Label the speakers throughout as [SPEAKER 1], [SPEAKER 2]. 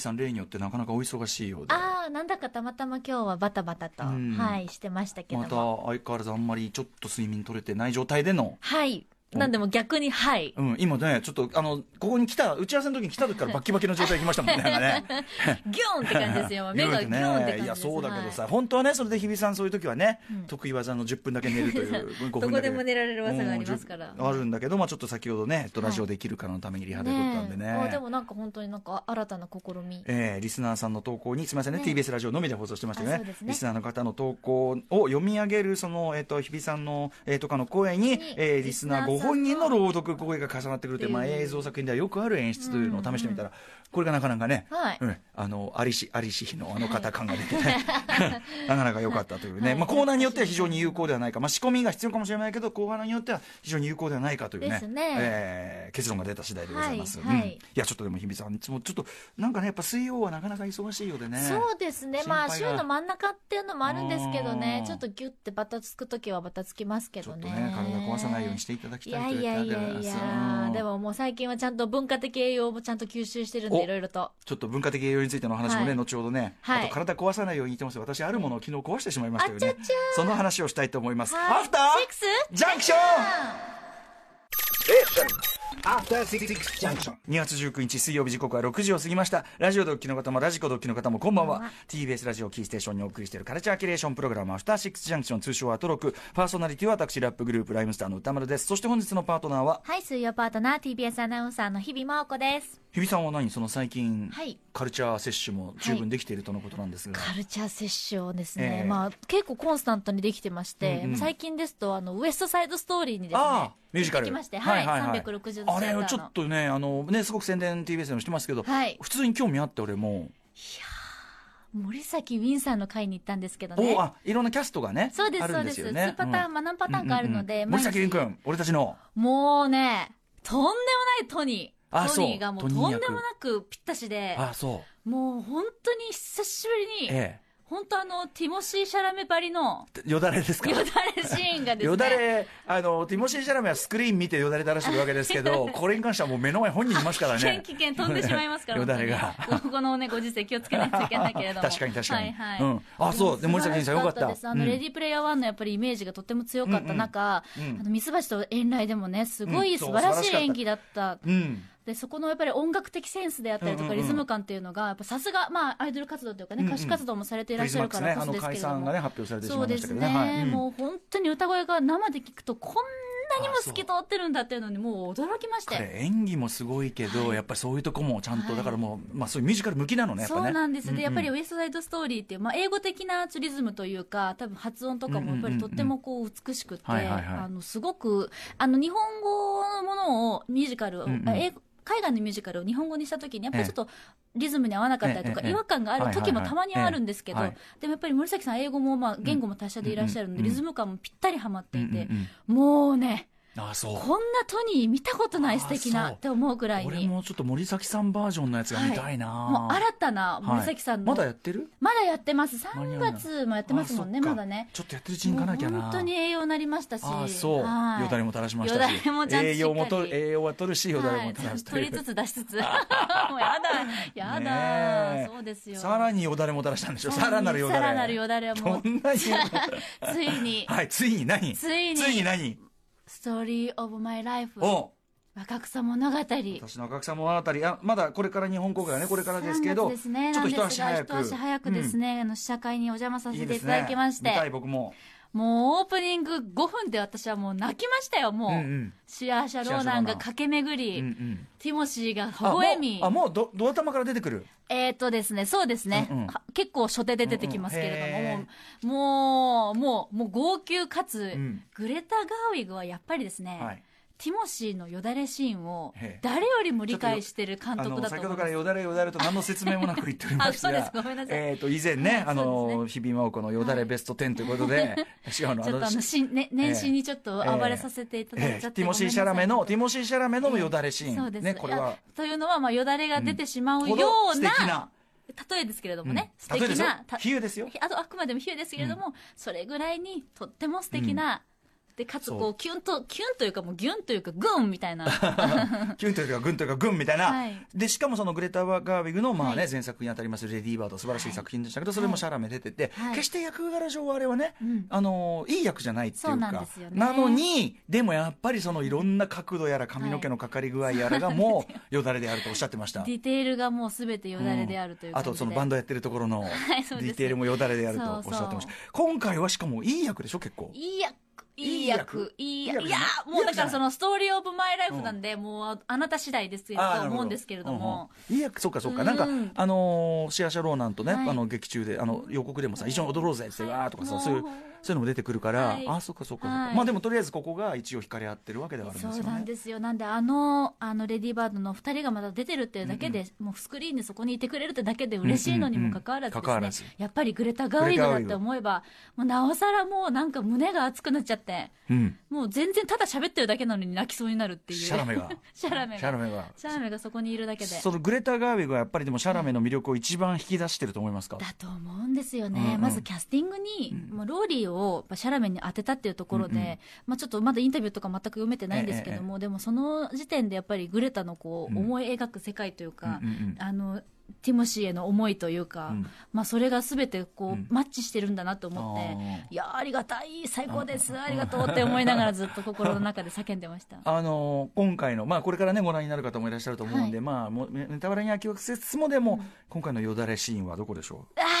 [SPEAKER 1] さん例によってなかなかお忙しいようで
[SPEAKER 2] ああなんだかたまたま今日はバタバタと、
[SPEAKER 1] うん
[SPEAKER 2] はいしてましたけど
[SPEAKER 1] また
[SPEAKER 2] も
[SPEAKER 1] 相変わらずあんまりちょっと睡眠取れてない状態での
[SPEAKER 2] はいなんでも逆にはい
[SPEAKER 1] うん、今ね、ちょっと、あの、ここに来た、打ち合わせの時に来た時からバッキバキの状態で来ましたもんね、なんかね。
[SPEAKER 2] ギョンって感じで すよ目がギョンって感じです
[SPEAKER 1] いや、そうだけどさ、
[SPEAKER 2] はい
[SPEAKER 1] 本当はね、それで日比さんそういう時はね、
[SPEAKER 2] うん
[SPEAKER 1] 得意技の10分だけ寝ると いう、5
[SPEAKER 2] ど
[SPEAKER 1] 分
[SPEAKER 2] こ
[SPEAKER 1] だけ。
[SPEAKER 2] でも寝られる技がありますから
[SPEAKER 1] うんあるんだけど、まあちょっと先ほどね、えっとラジオできるかのためにリハで撮ったんでね。
[SPEAKER 2] えあでもなんか本当になんか新たな試み
[SPEAKER 1] えーリスナーさんの投稿に、すみませんね、
[SPEAKER 2] ね
[SPEAKER 1] TBS ラジオのみで放送してましたよ
[SPEAKER 2] あ
[SPEAKER 1] ね
[SPEAKER 2] そうですね
[SPEAKER 1] リスナーの方の投稿を読み上げる、その、えっ、と、日比さんの、えーとかの声に、
[SPEAKER 2] に
[SPEAKER 1] えーリスナーご本人の朗読声が重なってくるという、まあ、
[SPEAKER 2] っていう
[SPEAKER 1] 映像作品ではよくある演出というのを試してみたら、これがなかなかね、
[SPEAKER 2] はい
[SPEAKER 1] うん、あの、ありし、ありし日のあの方感が出てね、 なかなか良かったというね、
[SPEAKER 2] はい
[SPEAKER 1] まあ、コーナーによっては非常に有効ではないか、まあ、仕込みが必要かもしれないけど、コーナーによっては非常に有効ではないかというね、
[SPEAKER 2] ですね
[SPEAKER 1] えー結論が出た次第でございます。
[SPEAKER 2] はいはい
[SPEAKER 1] うんいやちょっとでも日比さんいつもちょっとなんかねやっぱ水曜はなかなか忙しいようでね
[SPEAKER 2] そうですね、まあ、
[SPEAKER 1] 心配
[SPEAKER 2] 週
[SPEAKER 1] が
[SPEAKER 2] の真ん中っていうのもあるんですけど
[SPEAKER 1] う
[SPEAKER 2] ね
[SPEAKER 1] ん、
[SPEAKER 2] ちょっとギュッてバタつくときはバタつきますけ
[SPEAKER 1] ちょ
[SPEAKER 2] ど
[SPEAKER 1] っと
[SPEAKER 2] ね。
[SPEAKER 1] ね体壊さないようにしていただき
[SPEAKER 2] い
[SPEAKER 1] たいと
[SPEAKER 2] や
[SPEAKER 1] いう
[SPEAKER 2] いやい
[SPEAKER 1] こと
[SPEAKER 2] やい
[SPEAKER 1] で
[SPEAKER 2] や、で
[SPEAKER 1] うん
[SPEAKER 2] ももう最近はちゃんと文化的栄養もちゃんと吸収してるんで、
[SPEAKER 1] お
[SPEAKER 2] いろいろと。
[SPEAKER 1] ちょっと文化的栄養についてのお話もね、
[SPEAKER 2] はい
[SPEAKER 1] 後ほどね、
[SPEAKER 2] はい
[SPEAKER 1] あと体壊さないように言ってますよ私あるものを昨日壊してしまいま
[SPEAKER 2] あ
[SPEAKER 1] し
[SPEAKER 2] ち
[SPEAKER 1] たよ
[SPEAKER 2] ゃちゃ
[SPEAKER 1] ねその話をしたいと思います、
[SPEAKER 2] はい
[SPEAKER 1] アフター
[SPEAKER 2] シックス
[SPEAKER 1] ジャンクション
[SPEAKER 3] After Six Junction.
[SPEAKER 1] 2月19日水曜日時刻は6時を過ぎましたラジオドッキの方もラジコドッキの方もこんばんは、
[SPEAKER 2] こんばんは
[SPEAKER 1] TBS ラジオキーステーションにお送りしているカルチャーキュレーションプログラム「アフターシックスジャンクション」通称はトロクパーソナリティは私ラップグループライムスターの歌丸ですそして本日のパートナーは
[SPEAKER 2] はい、水曜パートナー、TBS アナウンサーの日々真央子です。
[SPEAKER 1] 日比さんは何その最近、
[SPEAKER 2] はい
[SPEAKER 1] カルチャー摂取も十分できているとのことなんですが、
[SPEAKER 2] カルチャー摂取をですね、
[SPEAKER 1] ええ
[SPEAKER 2] まあ、結構コンスタントにできてまして、
[SPEAKER 1] うんうん
[SPEAKER 2] 最近ですと、あの、ウエストサイドストーリーにですね、
[SPEAKER 1] ああミュージカル
[SPEAKER 2] 行ってきまして、はい、360度
[SPEAKER 1] あれ
[SPEAKER 2] の
[SPEAKER 1] ちょっとねあのねすごく宣伝 TBS でもしてますけど、
[SPEAKER 2] はい
[SPEAKER 1] 普通に興味あって俺も、
[SPEAKER 2] 森崎ウィンさんの会に行ったんですけどね
[SPEAKER 1] お。あいろんなキャストがね
[SPEAKER 2] そうです、
[SPEAKER 1] あ
[SPEAKER 2] そ
[SPEAKER 1] る
[SPEAKER 2] うんで。
[SPEAKER 1] ですす
[SPEAKER 2] 2
[SPEAKER 1] よね
[SPEAKER 2] パターン、
[SPEAKER 1] うん
[SPEAKER 2] まあ何パターンかあるので、
[SPEAKER 1] うんうんうん森崎凛
[SPEAKER 2] 毎日
[SPEAKER 1] 君俺たちの
[SPEAKER 2] もうね、とんでもないトニ
[SPEAKER 1] あ
[SPEAKER 2] ー。
[SPEAKER 1] そう
[SPEAKER 2] トニーがも
[SPEAKER 1] ト
[SPEAKER 2] うと
[SPEAKER 1] ニ
[SPEAKER 2] ん
[SPEAKER 1] ー役
[SPEAKER 2] でもなくぴったしで、
[SPEAKER 1] あそう
[SPEAKER 2] もう本当に久しぶりに、
[SPEAKER 1] ええ
[SPEAKER 2] 本当あの、ティモシー・シャラメばりの、
[SPEAKER 1] よだれですか
[SPEAKER 2] よだれシーンがですね、
[SPEAKER 1] よだれ、あの、ティモシー・シャラメはスクリーン見てよだれ垂らしてるわけですけ ど、これに関してはもう目の前本人いますから
[SPEAKER 2] 危険
[SPEAKER 1] ね。
[SPEAKER 2] 危険飛んでしまいますか ら、
[SPEAKER 1] よだれ
[SPEAKER 2] 本当に ここのね、ご時世気をつけないといけないけれども。
[SPEAKER 1] 確かに確かに。
[SPEAKER 2] はいは
[SPEAKER 1] う
[SPEAKER 2] い
[SPEAKER 1] ん。あ、そう。で、森崎さんよかっ
[SPEAKER 2] 素晴
[SPEAKER 1] た。
[SPEAKER 2] らしですあの、
[SPEAKER 1] うん
[SPEAKER 2] レディープレイヤー1のやっぱりイメージがとっても強かった中、
[SPEAKER 1] うんうんうん
[SPEAKER 2] あの、ミツバチと遠来でもね、すご
[SPEAKER 1] うん
[SPEAKER 2] い
[SPEAKER 1] そ
[SPEAKER 2] 素
[SPEAKER 1] う
[SPEAKER 2] 晴ら
[SPEAKER 1] 素晴らし
[SPEAKER 2] し
[SPEAKER 1] か
[SPEAKER 2] い
[SPEAKER 1] った
[SPEAKER 2] 演技だった。
[SPEAKER 1] うん。
[SPEAKER 2] で、そこのやっぱり音楽的センスであったりと
[SPEAKER 1] うんう
[SPEAKER 2] か、
[SPEAKER 1] んうん
[SPEAKER 2] リズム感っていうのが、やっぱさすが、まあ、アイドル活動というかね、
[SPEAKER 1] うんうん
[SPEAKER 2] 歌手活動もされてい
[SPEAKER 1] プ
[SPEAKER 2] らっ
[SPEAKER 1] リ
[SPEAKER 2] し
[SPEAKER 1] ズ
[SPEAKER 2] ゃ
[SPEAKER 1] マッ
[SPEAKER 2] る
[SPEAKER 1] ク
[SPEAKER 2] か
[SPEAKER 1] ス
[SPEAKER 2] ら
[SPEAKER 1] ね、
[SPEAKER 2] こ
[SPEAKER 1] あ
[SPEAKER 2] そ
[SPEAKER 1] の
[SPEAKER 2] ですけ
[SPEAKER 1] 解
[SPEAKER 2] れど
[SPEAKER 1] 散
[SPEAKER 2] も。
[SPEAKER 1] がね、発表されてし
[SPEAKER 2] そ
[SPEAKER 1] ま
[SPEAKER 2] う
[SPEAKER 1] いま
[SPEAKER 2] で
[SPEAKER 1] した
[SPEAKER 2] す
[SPEAKER 1] けど
[SPEAKER 2] ね
[SPEAKER 1] ね。はい。うん
[SPEAKER 2] もう本当に歌声が生で聞くとこんなにも透き通ってるんだっていうのにもう驚きまして、
[SPEAKER 1] 彼演技もすごいけど、やっぱりそういうとこもちゃんと、
[SPEAKER 2] はい
[SPEAKER 1] だからもう、まあそういうミュージカル向きなのね、やっぱ
[SPEAKER 2] そ
[SPEAKER 1] ね。
[SPEAKER 2] うなんです、
[SPEAKER 1] う
[SPEAKER 2] でやっぱり「ウエストサイドストーリー」っていう、まあ、英語的なリズムというか多分発音とかもやっぱりとってもこう美しくて
[SPEAKER 1] はいはいはい
[SPEAKER 2] あのすごくあの日本語のものをミュージカルを、
[SPEAKER 1] うんうん
[SPEAKER 2] あ英語海外のミュージカルを日本語にした時にやっぱり
[SPEAKER 1] ええ
[SPEAKER 2] ちょっとリズムに合わなかったりとか
[SPEAKER 1] ええええ
[SPEAKER 2] 違和感がある時もたまにはあるんですけど
[SPEAKER 1] はいはいはい
[SPEAKER 2] でもやっぱり森崎さん英語もまあ言語も達者でいらっしゃるの
[SPEAKER 1] う
[SPEAKER 2] で
[SPEAKER 1] んうん
[SPEAKER 2] リズム感もぴったりはまっていて
[SPEAKER 1] うんうん
[SPEAKER 2] もう
[SPEAKER 1] う
[SPEAKER 2] ね
[SPEAKER 1] んあ、そう
[SPEAKER 2] こ。んなトニー見たことない素敵
[SPEAKER 1] あ
[SPEAKER 2] な
[SPEAKER 1] そう
[SPEAKER 2] って思うぐらい
[SPEAKER 1] 俺
[SPEAKER 2] にも
[SPEAKER 1] もちょっと森崎さんバージョンのやつが見たいな、
[SPEAKER 2] う新たな森崎さんの
[SPEAKER 1] はいまだやってる
[SPEAKER 2] まだやってます。
[SPEAKER 1] 間に合う
[SPEAKER 2] 3
[SPEAKER 1] な
[SPEAKER 2] 月もやってますもんね、
[SPEAKER 1] あそっ
[SPEAKER 2] ま
[SPEAKER 1] か
[SPEAKER 2] だね。
[SPEAKER 1] ちょっとやってるうちに行かなきゃな
[SPEAKER 2] もう本当に栄養になりましたし。
[SPEAKER 1] ああそう、
[SPEAKER 2] はい
[SPEAKER 1] よだれも垂らしましたし
[SPEAKER 2] よだれもちゃんとしっかり
[SPEAKER 1] 栄養もとる栄養は取るしよだれも垂ら
[SPEAKER 2] はい
[SPEAKER 1] すとい
[SPEAKER 2] 取
[SPEAKER 1] う
[SPEAKER 2] りつつ出しつ つ。もうやだ、や
[SPEAKER 1] ねえ
[SPEAKER 2] だ、そうですよ。
[SPEAKER 1] さらによだれも垂らしたんでしょさらなるよだれ
[SPEAKER 2] さらなるよだれはもう
[SPEAKER 1] ど、んなに
[SPEAKER 2] ついに、
[SPEAKER 1] はいついに何
[SPEAKER 2] ついに
[SPEAKER 1] ついに何
[SPEAKER 2] ストーリーオブマイライフ、
[SPEAKER 1] お
[SPEAKER 2] 若草物語。
[SPEAKER 1] 私の赤草物語あまだこれから日本公開はねこれからですけど
[SPEAKER 2] 3月ですね、
[SPEAKER 1] ちょっと一
[SPEAKER 2] なんで
[SPEAKER 1] 足
[SPEAKER 2] すが
[SPEAKER 1] 早く
[SPEAKER 2] 一足早くですね、あの試写会にお邪魔さ
[SPEAKER 1] うんい
[SPEAKER 2] せ
[SPEAKER 1] い
[SPEAKER 2] て
[SPEAKER 1] で
[SPEAKER 2] い
[SPEAKER 1] す
[SPEAKER 2] た
[SPEAKER 1] ね
[SPEAKER 2] だきまして、
[SPEAKER 1] 見たい僕も
[SPEAKER 2] もうオープニング5分で私はもう泣きましたよ、もう。
[SPEAKER 1] うんうん
[SPEAKER 2] シアーシャローナンが駆け巡
[SPEAKER 1] う
[SPEAKER 2] り、
[SPEAKER 1] んうん
[SPEAKER 2] ティモシーが微
[SPEAKER 1] あもう
[SPEAKER 2] 笑み
[SPEAKER 1] あ。もうどど頭から出てくる
[SPEAKER 2] えっ、ー、とですね、そうですね、
[SPEAKER 1] うんうん
[SPEAKER 2] か結構初手で出てきますけれども、もう、もう、もう、もう号泣かつ、
[SPEAKER 1] うん
[SPEAKER 2] グレタ・ガーウィグはやっぱりですね、
[SPEAKER 1] はい
[SPEAKER 2] ティモシーのよだれシーンを
[SPEAKER 1] へえ
[SPEAKER 2] 誰よりも理解してる監
[SPEAKER 1] あ
[SPEAKER 2] 督
[SPEAKER 1] の
[SPEAKER 2] だと
[SPEAKER 1] 先ほ
[SPEAKER 2] 思
[SPEAKER 1] どか
[SPEAKER 2] いま
[SPEAKER 1] ら
[SPEAKER 2] す。
[SPEAKER 1] よだれよだれと何の説明もなく言っておりました
[SPEAKER 2] あそうですごめんなさい
[SPEAKER 1] えーと以前 ね、あ
[SPEAKER 2] そう
[SPEAKER 1] の日比真央子のよだれベスト10ということで、 しかも
[SPEAKER 2] ちょっとあの、しんね、年始にちょっと暴れさせていただ
[SPEAKER 1] え
[SPEAKER 2] いちゃ
[SPEAKER 1] ー
[SPEAKER 2] っ
[SPEAKER 1] テ
[SPEAKER 2] て、
[SPEAKER 1] ィモシー・シャラメの、ティモシー・シャラメの
[SPEAKER 2] ええ
[SPEAKER 1] よだれシーン。
[SPEAKER 2] そうです
[SPEAKER 1] ね、これは
[SPEAKER 2] あ。というのは、まあ、よだれが出てしまう
[SPEAKER 1] ほ
[SPEAKER 2] よ
[SPEAKER 1] ど
[SPEAKER 2] う
[SPEAKER 1] 素
[SPEAKER 2] な、
[SPEAKER 1] 敵な。
[SPEAKER 2] 例えですけれど
[SPEAKER 1] う
[SPEAKER 2] も
[SPEAKER 1] ん
[SPEAKER 2] ね、素
[SPEAKER 1] 例え
[SPEAKER 2] 敵
[SPEAKER 1] ですよ
[SPEAKER 2] な、た
[SPEAKER 1] 比喩ですよ。
[SPEAKER 2] あとあくまでも比喩ですけれども、それぐらいにとっても素敵な、でかつ
[SPEAKER 1] そう
[SPEAKER 2] こうキュンとキュンというかもうギュンというかグン みたいな
[SPEAKER 1] キュンというかグンというかグンみたいな、
[SPEAKER 2] はい
[SPEAKER 1] でしかもそのグレタ・ガーウィグのまあ、ね
[SPEAKER 2] はい
[SPEAKER 1] 前作にあたります「レディー・バード」素晴らしい作品でしたけど、それもシャラメ出てて、
[SPEAKER 2] はい
[SPEAKER 1] 決して役柄上はあれはね、
[SPEAKER 2] ん
[SPEAKER 1] あのいい役じゃないってい
[SPEAKER 2] そうう
[SPEAKER 1] か
[SPEAKER 2] なんですよね
[SPEAKER 1] のにでもやっぱりそのいろんな角度やら髪の毛のかかり具合やらがもうよだれであるとおっしゃってま した。
[SPEAKER 2] ディテールがもうすべてよだれであるという
[SPEAKER 1] あ
[SPEAKER 2] 感じで、
[SPEAKER 1] とそのバンドやってるところの
[SPEAKER 2] はい
[SPEAKER 1] デ
[SPEAKER 2] そうですね
[SPEAKER 1] ィテールもよだれであるとおっしゃってました、
[SPEAKER 2] そう
[SPEAKER 1] 今回はしかもいい役でしょ結構
[SPEAKER 2] いい役いい役いい役
[SPEAKER 1] いい役
[SPEAKER 2] い
[SPEAKER 1] じゃ
[SPEAKER 2] や
[SPEAKER 1] ない
[SPEAKER 2] もうだ
[SPEAKER 1] いい役じゃない
[SPEAKER 2] からそのストーリーオブマイライフなんで、もうあなた次第ですけど
[SPEAKER 1] あーな
[SPEAKER 2] と
[SPEAKER 1] るほ
[SPEAKER 2] 思うんですけれども、
[SPEAKER 1] うんうんいい役そうかそうか、
[SPEAKER 2] うん
[SPEAKER 1] なんかあのーシア・シャローなんとね、
[SPEAKER 2] はい
[SPEAKER 1] あの劇中であの予告でもさ一緒に踊ろうぜってわーとかさ、
[SPEAKER 2] はい
[SPEAKER 1] そういう
[SPEAKER 2] もう
[SPEAKER 1] そういうのも出てくるから、
[SPEAKER 2] はい
[SPEAKER 1] あそうかそうかそうか、
[SPEAKER 2] はい
[SPEAKER 1] まあでもとりあえずここが一応惹かれ合ってるわけではあるんです
[SPEAKER 2] そ
[SPEAKER 1] よね
[SPEAKER 2] うなんですよなんであのあのレディーバードの2人がまだ出てるっていうだけで、もうスクリーンでそこにいてくれるってだけで嬉しいのにもかかわらずですね、
[SPEAKER 1] うんうんうん関わらず
[SPEAKER 2] やっぱりグレタ・ガーウィグだって思えばもうなおさらもうなんか胸が熱くなっちゃって
[SPEAKER 1] うん
[SPEAKER 2] もう全然ただ喋ってるだけなのに泣きそうになるっていう
[SPEAKER 1] シャラメが
[SPEAKER 2] シャラメが
[SPEAKER 1] シャラメが
[SPEAKER 2] シャラメがそこにいるだけで
[SPEAKER 1] そのグレタ・ガーウィグはやっぱりでもシャラメの魅力を一番引き出してると思いますか
[SPEAKER 2] だと思うんですよね、
[SPEAKER 1] うんうん
[SPEAKER 2] まずキャスティングに、もうローリーをまあシャラメに当てたっていうところで、まあ、ちょっとまだインタビューとか全く読めてないんですけども、でもその時点でやっぱりグレタのこう
[SPEAKER 1] うん
[SPEAKER 2] 思い描く世界というか、
[SPEAKER 1] うんうんうん
[SPEAKER 2] あのティモシーへの思いというか、
[SPEAKER 1] うん
[SPEAKER 2] まあ、それがすべてこう、
[SPEAKER 1] うん
[SPEAKER 2] マッチしてるんだなと思って。
[SPEAKER 1] あ
[SPEAKER 2] いやーありがたい最高ですありがとうって思いながらずっと心の中で叫んでました
[SPEAKER 1] あのー今回の、まあ、これからねご覧になる方もいらっしゃると思うんで、
[SPEAKER 2] は
[SPEAKER 1] まあもうネネタバレには気をつけつつもでも、今回のよだれシーンはどこでしょう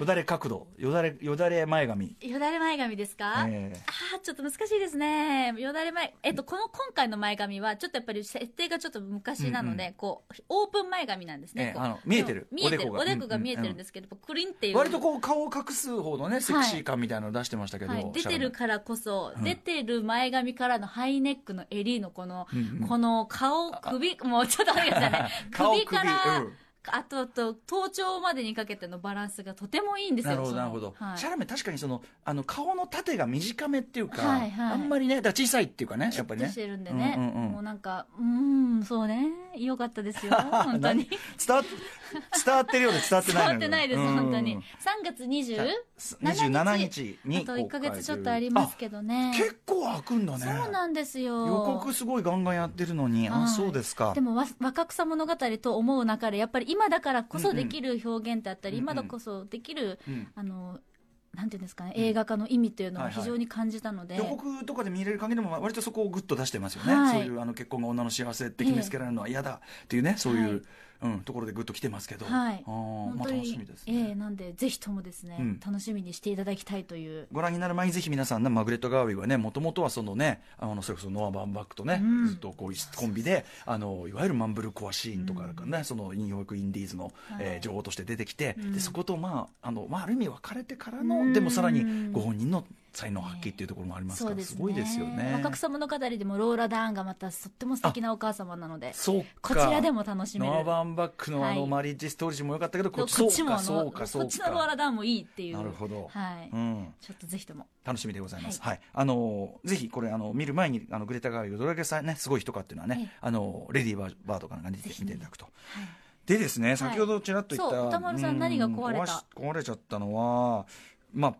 [SPEAKER 1] よだれ角度よだれよだれ前髪、
[SPEAKER 2] よだれ前髪ですか、
[SPEAKER 1] ええ
[SPEAKER 2] ああ、ちょっと難しいですね。よだれ前、えっと、この今回の前髪は、ちょっとやっぱり設定がちょっと昔なので、
[SPEAKER 1] うん
[SPEAKER 2] こう、オープン前髪なんです
[SPEAKER 1] ええ
[SPEAKER 2] ね。こう
[SPEAKER 1] あの見えてる
[SPEAKER 2] そう見えて
[SPEAKER 1] おでこ
[SPEAKER 2] る。
[SPEAKER 1] が
[SPEAKER 2] おでこ
[SPEAKER 1] う
[SPEAKER 2] が
[SPEAKER 1] んうん
[SPEAKER 2] 見えてるんですけど、やっぱクリンっていう。
[SPEAKER 1] 割とこう顔を隠す方のねセクシー感みたいなのを出してましたけど、
[SPEAKER 2] はい、出てるからこそ、
[SPEAKER 1] うん
[SPEAKER 2] 出てる前髪からのハイネックの襟のこの、
[SPEAKER 1] うんうん。
[SPEAKER 2] この顔、首、もうちょっとあれですよね
[SPEAKER 1] 顔
[SPEAKER 2] 首から、
[SPEAKER 1] うん
[SPEAKER 2] あと、あと、頭頂までにかけてのバランスがとてもいいんです
[SPEAKER 1] な
[SPEAKER 2] よ。
[SPEAKER 1] るほ
[SPEAKER 2] そ
[SPEAKER 1] ど
[SPEAKER 2] の
[SPEAKER 1] なるほど、
[SPEAKER 2] はい
[SPEAKER 1] シャラメ確かにそのあの顔の縦が短めっていうか、
[SPEAKER 2] はいはい
[SPEAKER 1] あんまりねだから小さいっていうかねやっぱり
[SPEAKER 2] 出
[SPEAKER 1] ね
[SPEAKER 2] してるんでね、
[SPEAKER 1] うんうんうん
[SPEAKER 2] もうなんか、うーん、そうね、良かっ たですよ、本当に。
[SPEAKER 1] 伝わっ伝わってるようで伝わって
[SPEAKER 2] 伝
[SPEAKER 1] ないの
[SPEAKER 2] わ
[SPEAKER 1] よ
[SPEAKER 2] ってないです、本当に。3月
[SPEAKER 1] さ
[SPEAKER 2] 20?
[SPEAKER 1] 27日に
[SPEAKER 2] あと1ヶ月ちょっとありますけどね
[SPEAKER 1] あ。結構開くんだね
[SPEAKER 2] そうなんですよ。
[SPEAKER 1] 予告すごいガンガンやってるのに、
[SPEAKER 2] は
[SPEAKER 1] あ
[SPEAKER 2] い
[SPEAKER 1] そうですか
[SPEAKER 2] でもわ若草物語と思う中でやっぱり今だからこそできる表現であった
[SPEAKER 1] う
[SPEAKER 2] り、
[SPEAKER 1] んうん
[SPEAKER 2] 今だこそできる、
[SPEAKER 1] うん
[SPEAKER 2] あのなんていうんですかね映画化の意味というの
[SPEAKER 1] は
[SPEAKER 2] を
[SPEAKER 1] いはい
[SPEAKER 2] 非常に感じたので、
[SPEAKER 1] 予告とかで見れる限りでも割とそこをグッと出してますよね、
[SPEAKER 2] はい
[SPEAKER 1] そういうあの結婚が女の幸せって決めつけられるのは嫌だっていうねそういう、うん、ところでグッと来てますけど、
[SPEAKER 2] はい
[SPEAKER 1] あー
[SPEAKER 2] 本
[SPEAKER 1] まあ、
[SPEAKER 2] 当
[SPEAKER 1] 楽し
[SPEAKER 2] に
[SPEAKER 1] みです、、
[SPEAKER 2] え
[SPEAKER 1] ね
[SPEAKER 2] えなんでぜひともですね、
[SPEAKER 1] うん
[SPEAKER 2] 楽しみにしていただきたいという
[SPEAKER 1] ご覧になる前にぜひ皆さんね、マグレット・ガーウィグはね、もともとはそのね、あの、それこそノア・バーンバックとね、
[SPEAKER 2] うん
[SPEAKER 1] ずっとこう、コンビで、あの、いわゆるマンブルコアシーンとかからね、その、ニューヨーク・インディーズの、
[SPEAKER 2] はい
[SPEAKER 1] えー情報として出てきて、
[SPEAKER 2] うん
[SPEAKER 1] で、そこと、まあ、あの、まあ、ある意味別れてからの、
[SPEAKER 2] うん
[SPEAKER 1] でもさらにご本人の才能発揮っていうところもありますか
[SPEAKER 2] そう
[SPEAKER 1] ら、
[SPEAKER 2] ですすね
[SPEAKER 1] ごいですよね。
[SPEAKER 2] 若草物語でもローラ・ダーンがまたとっても素敵なお母様なので
[SPEAKER 1] そうか。
[SPEAKER 2] こちらでも楽しめる
[SPEAKER 1] ノア・バーンバックのあの、
[SPEAKER 2] はい
[SPEAKER 1] マリッジ・ストーリーも良かったけど、こ
[SPEAKER 2] こ
[SPEAKER 1] っ
[SPEAKER 2] っ
[SPEAKER 1] ち、そう
[SPEAKER 2] ちも
[SPEAKER 1] か、
[SPEAKER 2] あの
[SPEAKER 1] そうか、そう
[SPEAKER 2] こ
[SPEAKER 1] か。
[SPEAKER 2] っちのローラ・ダーンもいいっていう
[SPEAKER 1] なるほど。
[SPEAKER 2] はい
[SPEAKER 1] うん。
[SPEAKER 2] ちょっとぜひとも
[SPEAKER 1] 楽しみでございます。はい、あのーぜひこれあの見る前にあのグレタガーウィグがどれだけさねすごい人かっていうのはね、
[SPEAKER 2] ええ
[SPEAKER 1] あのレディーバーバードかなんかに見て
[SPEAKER 2] ぜひ
[SPEAKER 1] 見て
[SPEAKER 2] ね
[SPEAKER 1] いただくと。でですね、先ほどちらっと言った、
[SPEAKER 2] そう歌丸さん
[SPEAKER 1] う
[SPEAKER 2] 何が壊れた
[SPEAKER 1] 壊し壊れちゃったのは、まあ。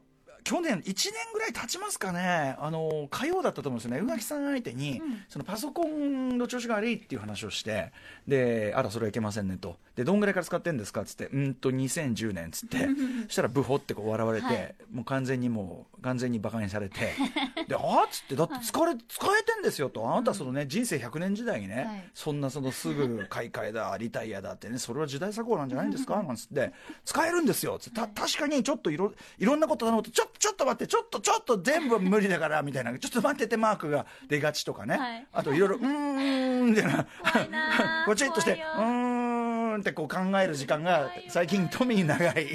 [SPEAKER 1] 去年1年ぐらい経ちますかね、あのー火曜だったと思うんですよね、宇垣さん相手に、
[SPEAKER 2] うん
[SPEAKER 1] そのパソコンの調子が悪いっていう話をして、であら、それはいけませんねと、でどんぐらいから使ってんですかっつって、うーんと、2010年っつ って、そしたら、ブホってこう笑われて、
[SPEAKER 2] はい
[SPEAKER 1] もう完全にもう、完全にバカにさ れて、で、あーっつって、だって疲れ、使えてんですよと、あなたそのね、人生100年時代にね、
[SPEAKER 2] はい
[SPEAKER 1] そんなそのすぐ買い替えだ、リタイアだって ね、それは時代錯誤なんじゃないんですかなんつって、使えるんですよつって、た確かにちょっといろ、いろんなこと頼むと、ちょ、ちょっと待って、ちょっと、ちょっと全部無理だから、みたいな、ちょっと待っててマークが出がちとかね、
[SPEAKER 2] はい
[SPEAKER 1] あといろいろ、うーん、みたいな、
[SPEAKER 2] 怖いなー
[SPEAKER 1] こうちょっとして、う
[SPEAKER 2] 怖いよ
[SPEAKER 1] ーんってこう考える時間が
[SPEAKER 2] 怖いよ
[SPEAKER 1] 最近富に長 い。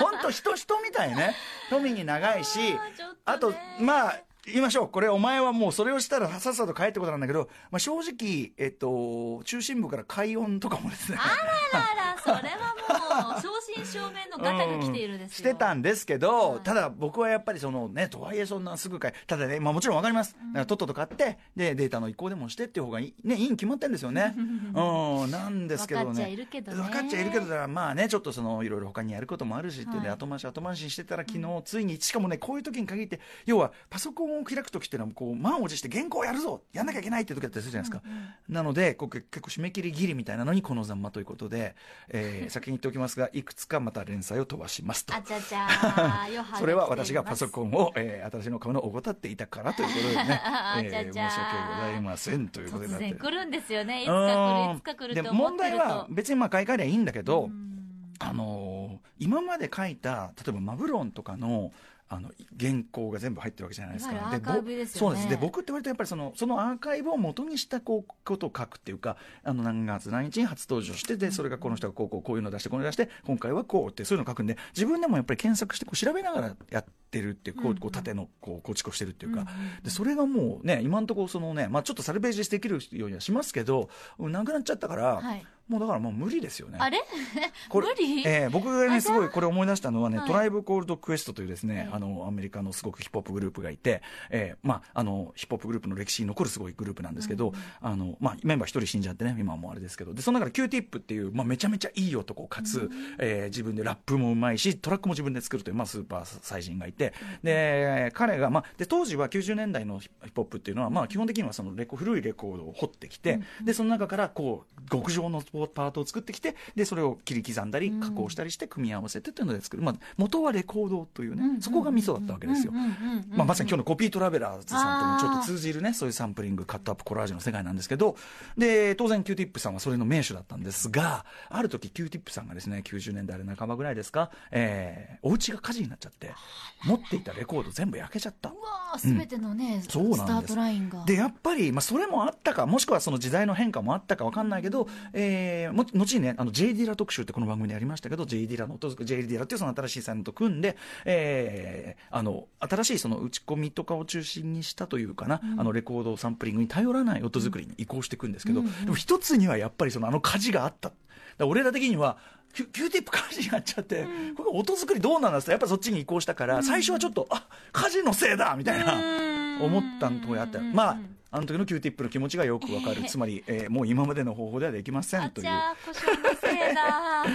[SPEAKER 1] ほんと人人みたいね。富に長いし
[SPEAKER 2] あーちょっとね、
[SPEAKER 1] あと、まあ、言いましょう。これお前はもうそれをしたらさっさと帰ってことなんだけど、まあ正直、えっと、中心部から快音とかもですね。
[SPEAKER 2] あらあら、それはもう、正真正表面のガタが来ているんです
[SPEAKER 1] し
[SPEAKER 2] よ、
[SPEAKER 1] てたんですけど、
[SPEAKER 2] はい
[SPEAKER 1] ただ僕はやっぱりそのね、とはいえそんなすぐ買い、ただね、まあもちろんわかります。だからとっとと買って、で、データの移行でもしてっていう方がいい、ね、いいに決まってるんですよ ね。うん、なんですけどね。
[SPEAKER 2] 分かっちゃいるけどね
[SPEAKER 1] 分かっちゃいるけど、だからまあね、ちょっとその、いろいろ他にやることもあるしっていうね、
[SPEAKER 2] はい
[SPEAKER 1] 後回し後回しにしてたら昨日、ついに、しかもね、こういう時に限って、要はパソコンを開く時っていうのは、こう、満を持して原稿をやるぞやんなきゃいけないっていう時だったりするじゃないですか。なので、こう結構締め切りギリみたいなのにこのざんまということで、えー先に言っておきますが、いくつかまた連載を飛ばしますと
[SPEAKER 2] あ。ちゃちゃ ー余波が来ています
[SPEAKER 1] それは私がパソコンを、えー、私の買うのを怠っていたからということ でね
[SPEAKER 2] あ、
[SPEAKER 1] えー
[SPEAKER 2] じゃあじゃあ
[SPEAKER 1] 申し訳ございませんということに
[SPEAKER 2] 突
[SPEAKER 1] なって
[SPEAKER 2] 然
[SPEAKER 1] る
[SPEAKER 2] 来るんですよねいつ
[SPEAKER 1] う
[SPEAKER 2] か来
[SPEAKER 1] ん
[SPEAKER 2] るいつか来る
[SPEAKER 1] で
[SPEAKER 2] と思
[SPEAKER 1] 問
[SPEAKER 2] って
[SPEAKER 1] 題
[SPEAKER 2] る
[SPEAKER 1] は
[SPEAKER 2] と
[SPEAKER 1] 別にまあ買い替えりゃいいんだけど、
[SPEAKER 2] うん
[SPEAKER 1] あのー今まで書いた例えばマブロンとかのあの原稿が全部入ってるわけじゃないですか。
[SPEAKER 2] いわゆるアーカイブです
[SPEAKER 1] そ
[SPEAKER 2] よね
[SPEAKER 1] うなんです。で僕って割とやっぱりそのそのアーカイブを元にしたこうことを書くっていうか、あの何月何日に初登場してでそれがこの人がこうこうこういうの出してこういうの出して今回はこうってそういうのを書くんで自分でもやっぱり検索してこう調べながらやってるっていうこうこう縦のこう構築をしてるっていうか、でそれがもうね今のところそのねまあちょっとサルベージしてできるようにはしますけどなくなっちゃったから、
[SPEAKER 2] はい
[SPEAKER 1] もうだからもう無理ですよね。
[SPEAKER 2] あれ
[SPEAKER 1] これ
[SPEAKER 2] 無理、
[SPEAKER 1] えー僕がね
[SPEAKER 2] あ
[SPEAKER 1] す
[SPEAKER 2] じゃあ
[SPEAKER 1] ごいこれ思い出したのはね、
[SPEAKER 2] はい
[SPEAKER 1] トライブコールドクエストというですね、
[SPEAKER 2] はい
[SPEAKER 1] あのアメリカのすごくヒップホップグループがいて、えーまああのヒップホップグループの歴史に残るすごいグループなんですけど、あのまあメンバー一人死んじゃってね今はもうあれですけどでその中で Q ティップっていうまあめちゃめちゃいい男かつ、えー自分でラップもうまいしトラックも自分で作るというまあスーパー才人がいてで彼がまあで当時は90年代のヒップホップっていうのはまあ基本的にはそのレコ古いレコードを掘ってきて、でその中からこう極上のパートを作ってきてでそれを切り刻んだり加工したりして組み合わせてっていうので作る、まあ、元はレコードというね、そこがミソだったわけですよ、
[SPEAKER 2] うんうんうんうん
[SPEAKER 1] まあ、まさに今日のコピートラベラーズさんともちょっと通じるねそういうサンプリングカットアップコラージュの世界なんですけどで当然 q ティップさんはそれの名手だったんですがある時 q ティップさんがですね90年代あれ半ばぐらいですか、えー、お家が火事になっちゃって持っていたレコード全部焼けちゃった
[SPEAKER 2] うわー全てのね、スタ
[SPEAKER 1] そうなんです
[SPEAKER 2] ートラインが
[SPEAKER 1] でやっぱり、まあ、それもあったかもしくはその時代の変化もあったかわかんないけど、えーも後にねあの J ・ディラ特集ってこの番組でやりましたけど J ・ディラの音作り J ・ディラっていうその新しいサインと組んで、えーあの新しいその打ち込みとかを中心にしたというかな、あのレコードサンプリングに頼らない音作りに移行していくんですけど、でも一つにはやっぱりそのあの火事があった。だから俺ら的にはキュキューティップ火事になっちゃって、これ音作りどうなんだってやっぱそっちに移行したから、最初はちょっとあ火事のせいだみたいな、思ったのとやったまああの時の Q ティップの気持ちがよくわ かる、つまり、えーもう今までの方法ではできませ
[SPEAKER 2] あ
[SPEAKER 1] んという
[SPEAKER 2] ち。ゃー故障の せいだ、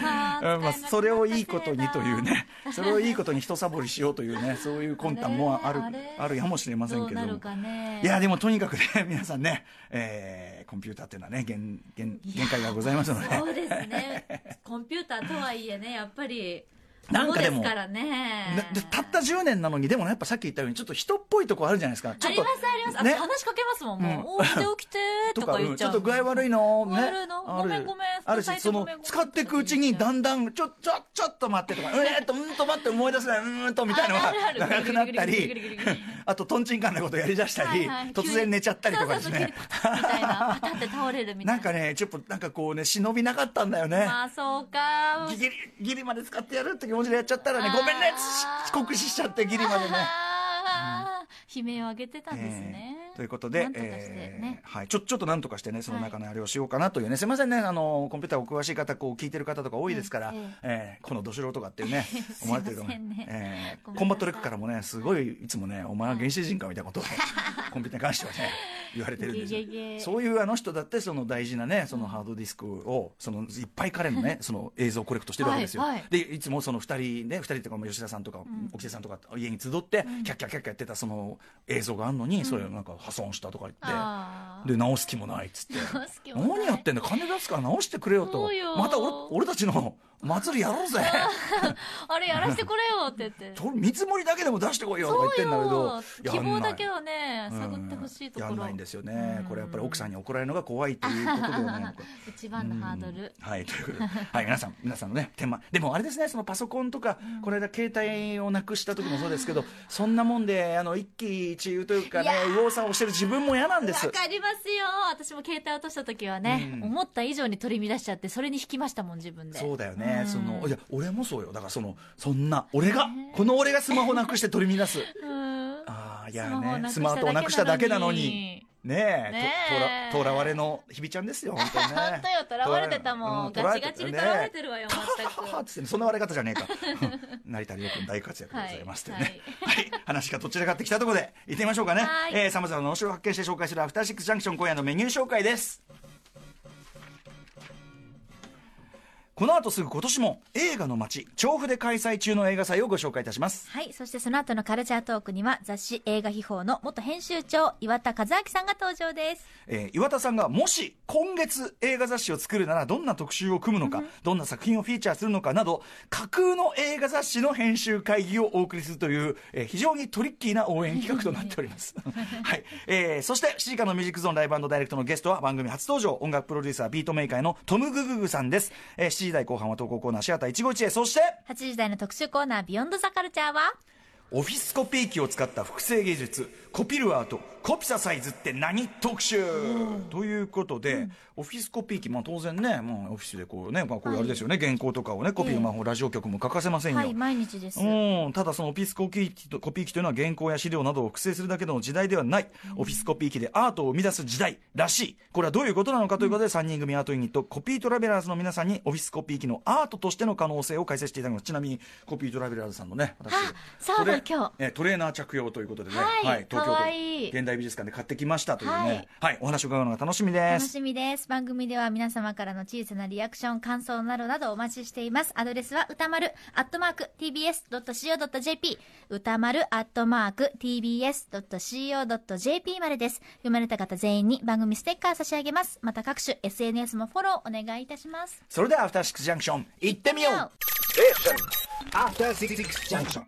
[SPEAKER 1] うんまあ、それをいいことにというね それをいいことに人サボりしようというね、そういう魂胆もある
[SPEAKER 2] あれ
[SPEAKER 1] あるやもしれませんけど
[SPEAKER 2] どうな
[SPEAKER 1] も
[SPEAKER 2] るかね
[SPEAKER 1] いや、でもとにかくね、 皆さんね、えーコンピューターっていうのはね、限限限界がございますので、
[SPEAKER 2] そうですねコンピューターとはいえねやっぱり
[SPEAKER 1] なんかでも
[SPEAKER 2] そうですからね
[SPEAKER 1] なでたった10年なのに、でもねやっぱさっき言ったように、ちょっと人っぽいとこあるじゃないですか、ち
[SPEAKER 2] あ
[SPEAKER 1] ょっ
[SPEAKER 2] り
[SPEAKER 1] と
[SPEAKER 2] ますあります、あ
[SPEAKER 1] ね
[SPEAKER 2] 話しかけますもんも
[SPEAKER 1] うん
[SPEAKER 2] う、お起きて起きてとか言
[SPEAKER 1] う
[SPEAKER 2] っ
[SPEAKER 1] ん
[SPEAKER 2] ち
[SPEAKER 1] ちょ
[SPEAKER 2] ゃう
[SPEAKER 1] っと具合悪いの
[SPEAKER 2] 具合悪いの
[SPEAKER 1] ある
[SPEAKER 2] ごめんごめん
[SPEAKER 1] ある
[SPEAKER 2] 伝え
[SPEAKER 1] してそ
[SPEAKER 2] ご
[SPEAKER 1] の
[SPEAKER 2] めんごめん
[SPEAKER 1] 使っていくうちにだんだんちょちょちょっと待ってと かうえーっとうーんと待って思い出せないうーんとみたいのが
[SPEAKER 2] あるある
[SPEAKER 1] 長くなった
[SPEAKER 2] ぐりぐりぐり
[SPEAKER 1] り
[SPEAKER 2] ぐりぐりぐり
[SPEAKER 1] あととんちんかんなことやりだしたり
[SPEAKER 2] はいはい
[SPEAKER 1] 突然寝ちゃったりとかです
[SPEAKER 2] 急に
[SPEAKER 1] ね
[SPEAKER 2] そうそうそう急にパタッみたいなパタって倒れるみた
[SPEAKER 1] ないん
[SPEAKER 2] な
[SPEAKER 1] かねちょっとなんかこうね忍びなかったんだよね
[SPEAKER 2] まあそうか
[SPEAKER 1] ギリギリまで使ってやるって気持ちでやっちゃったらね
[SPEAKER 2] あー
[SPEAKER 1] ごめんね遅刻しちゃってギリまでね
[SPEAKER 2] あー 悲鳴を上げてたんですね、
[SPEAKER 1] えーということで
[SPEAKER 2] なんとかしてね
[SPEAKER 1] え、ーはい、ちょちょっとなんとかしてねその中のあれをしようかなというね、すいませんねあのコンピューターお詳しい方こう聞いてる方とか多いですから、
[SPEAKER 2] え
[SPEAKER 1] え
[SPEAKER 2] え
[SPEAKER 1] ーこのど素人がっていう ね思われてるかも、
[SPEAKER 2] すいませんね
[SPEAKER 1] えー
[SPEAKER 2] ごめんなさい
[SPEAKER 1] コンバットレックからもねすごいいつもねお前は原始人かみたいなこと を、コンピューターに関してはね言われてるんですよ
[SPEAKER 2] いえいえいえ
[SPEAKER 1] そういうあの人だってその大事なねそのハードディスクをそのいっぱい彼のねその映像をコレクトしてるわけですよ、
[SPEAKER 2] はいはい
[SPEAKER 1] でいつもその2人ね2人とかも吉田さんとか沖瀬さんとか家に集ってキャッキャッキャッキャやってたその映像があるのにそれなんか破損したとか言って
[SPEAKER 2] あ
[SPEAKER 1] で直す気もないっつって
[SPEAKER 2] 直す気も ない
[SPEAKER 1] 何やってんだ金出すから直してくれよと
[SPEAKER 2] そうよ
[SPEAKER 1] また俺俺たち の祭りやろうぜ
[SPEAKER 2] ーあれやらせてくれよって 言って
[SPEAKER 1] と見積もりだけでも出してこいよとか言ってんだけど
[SPEAKER 2] 希
[SPEAKER 1] やんな
[SPEAKER 2] 望
[SPEAKER 1] い
[SPEAKER 2] だけはね
[SPEAKER 1] うん
[SPEAKER 2] 探ってほしいところ、
[SPEAKER 1] やんないんですよね、
[SPEAKER 2] うん
[SPEAKER 1] これやっぱり奥さんに怒られるのが怖いっていうことではないのか
[SPEAKER 2] 一番のハードル、
[SPEAKER 1] はい、ということで、はい、皆さん、皆さんのね、手間、でもあれですね、そのパソコンとか、この間、携帯をなくした時もそうですけど、そんなもんで、あの一喜一憂というかね
[SPEAKER 2] いや、ー
[SPEAKER 1] 右往左往してる自分も嫌なんで
[SPEAKER 2] わ
[SPEAKER 1] す。
[SPEAKER 2] かりますよ私も携帯落とした時はね、
[SPEAKER 1] うん
[SPEAKER 2] 思った以上に取り乱しちゃってそれに引きましたもん自分で
[SPEAKER 1] そうだよね、
[SPEAKER 2] うん
[SPEAKER 1] そのいや俺もそうよだからそのそんな俺が、この俺がスマホなくして取り乱す
[SPEAKER 2] うん
[SPEAKER 1] ああい
[SPEAKER 2] ス
[SPEAKER 1] や
[SPEAKER 2] マホを
[SPEAKER 1] ね
[SPEAKER 2] なく
[SPEAKER 1] スマートをなくしただけなのにねえ
[SPEAKER 2] ねえ
[SPEAKER 1] ととらとらわれの日比ちゃんですよ本当にね
[SPEAKER 2] 本当よとらわれてたもん
[SPEAKER 1] とらわれ
[SPEAKER 2] ガチガチにとらわれてるわよ
[SPEAKER 1] ねえ
[SPEAKER 2] 全く
[SPEAKER 1] はははっつってそんな割れ方じゃねえか 成田凌君大活躍でございますというね はい、話がどちらかってきたところで行ってみましょうかね
[SPEAKER 2] はい
[SPEAKER 1] えーさまざまな面白を発見して紹介する「アフターシックスジャンクション」今夜のメニュー紹介ですこの後すぐ今年も映画の街調布で開催中の映画祭をご紹介いたします
[SPEAKER 2] はい。そしてその後のカルチャートークには雑誌映画秘宝の元編集長岩田和明さんが登場です。
[SPEAKER 1] えー岩田さんがもし今月映画雑誌を作るならどんな特集を組むのか、どんな作品をフィーチャーするのかなど架空の映画雑誌の編集会議をお送りするという、えー非常にトリッキーな応援企画となっております、 はいえーそして7時からのミュージックゾーンライブダイレクトのゲストは番組初登場音楽プロデューサービートメーカーのトム・グググさんです、えー7時台後半は投稿コーナーシアター151へそして
[SPEAKER 2] 8時台の特集コーナービヨンドザカルチャーは
[SPEAKER 1] オフィスコピー機を使った複製技術コピルアートコピササイズって何特集ということで、オフィスコピー機、まあ、当然ねもうオフィスでこうね、まあ、これあれですよね、原稿とかをねコピーの魔法、ラジオ局も欠かせませんよ、
[SPEAKER 2] はい、毎日です。
[SPEAKER 1] うん、ただそのオフィスコピー機とコピー機というのは原稿や資料などを複製するだけの時代ではない、オフィスコピー機でアートを生み出す時代らしいこれはどういうことなのかということで、3人組アートユニットコピートラベラーズの皆さんにオフィスコピー機のアートとしての可能性を解説していただきますちなみにコピートラベラーズさんのね私
[SPEAKER 2] そうだ
[SPEAKER 1] トレ
[SPEAKER 2] 今日
[SPEAKER 1] えートレーナー着用ということでね、
[SPEAKER 2] はい
[SPEAKER 1] 東京
[SPEAKER 2] かわ
[SPEAKER 1] 都
[SPEAKER 2] いい
[SPEAKER 1] 現代美術館で買ってきましたというね、は
[SPEAKER 2] はい
[SPEAKER 1] い、お話を伺うのが楽しみで
[SPEAKER 2] 楽
[SPEAKER 1] す
[SPEAKER 2] しみです。番組では皆様からの小さなリアクション、感想などなどお待ちしています。アドレスは歌丸、アットマーク、tbs.co.jp、歌丸、アットマーク、tbs.co.jp までです。読まれた方全員に番組ステッカー差し上げます。また各種 SNS もフォローお願いいたします。
[SPEAKER 1] それではアフターシックスジャンクション行ってみよう
[SPEAKER 3] After Six Junction.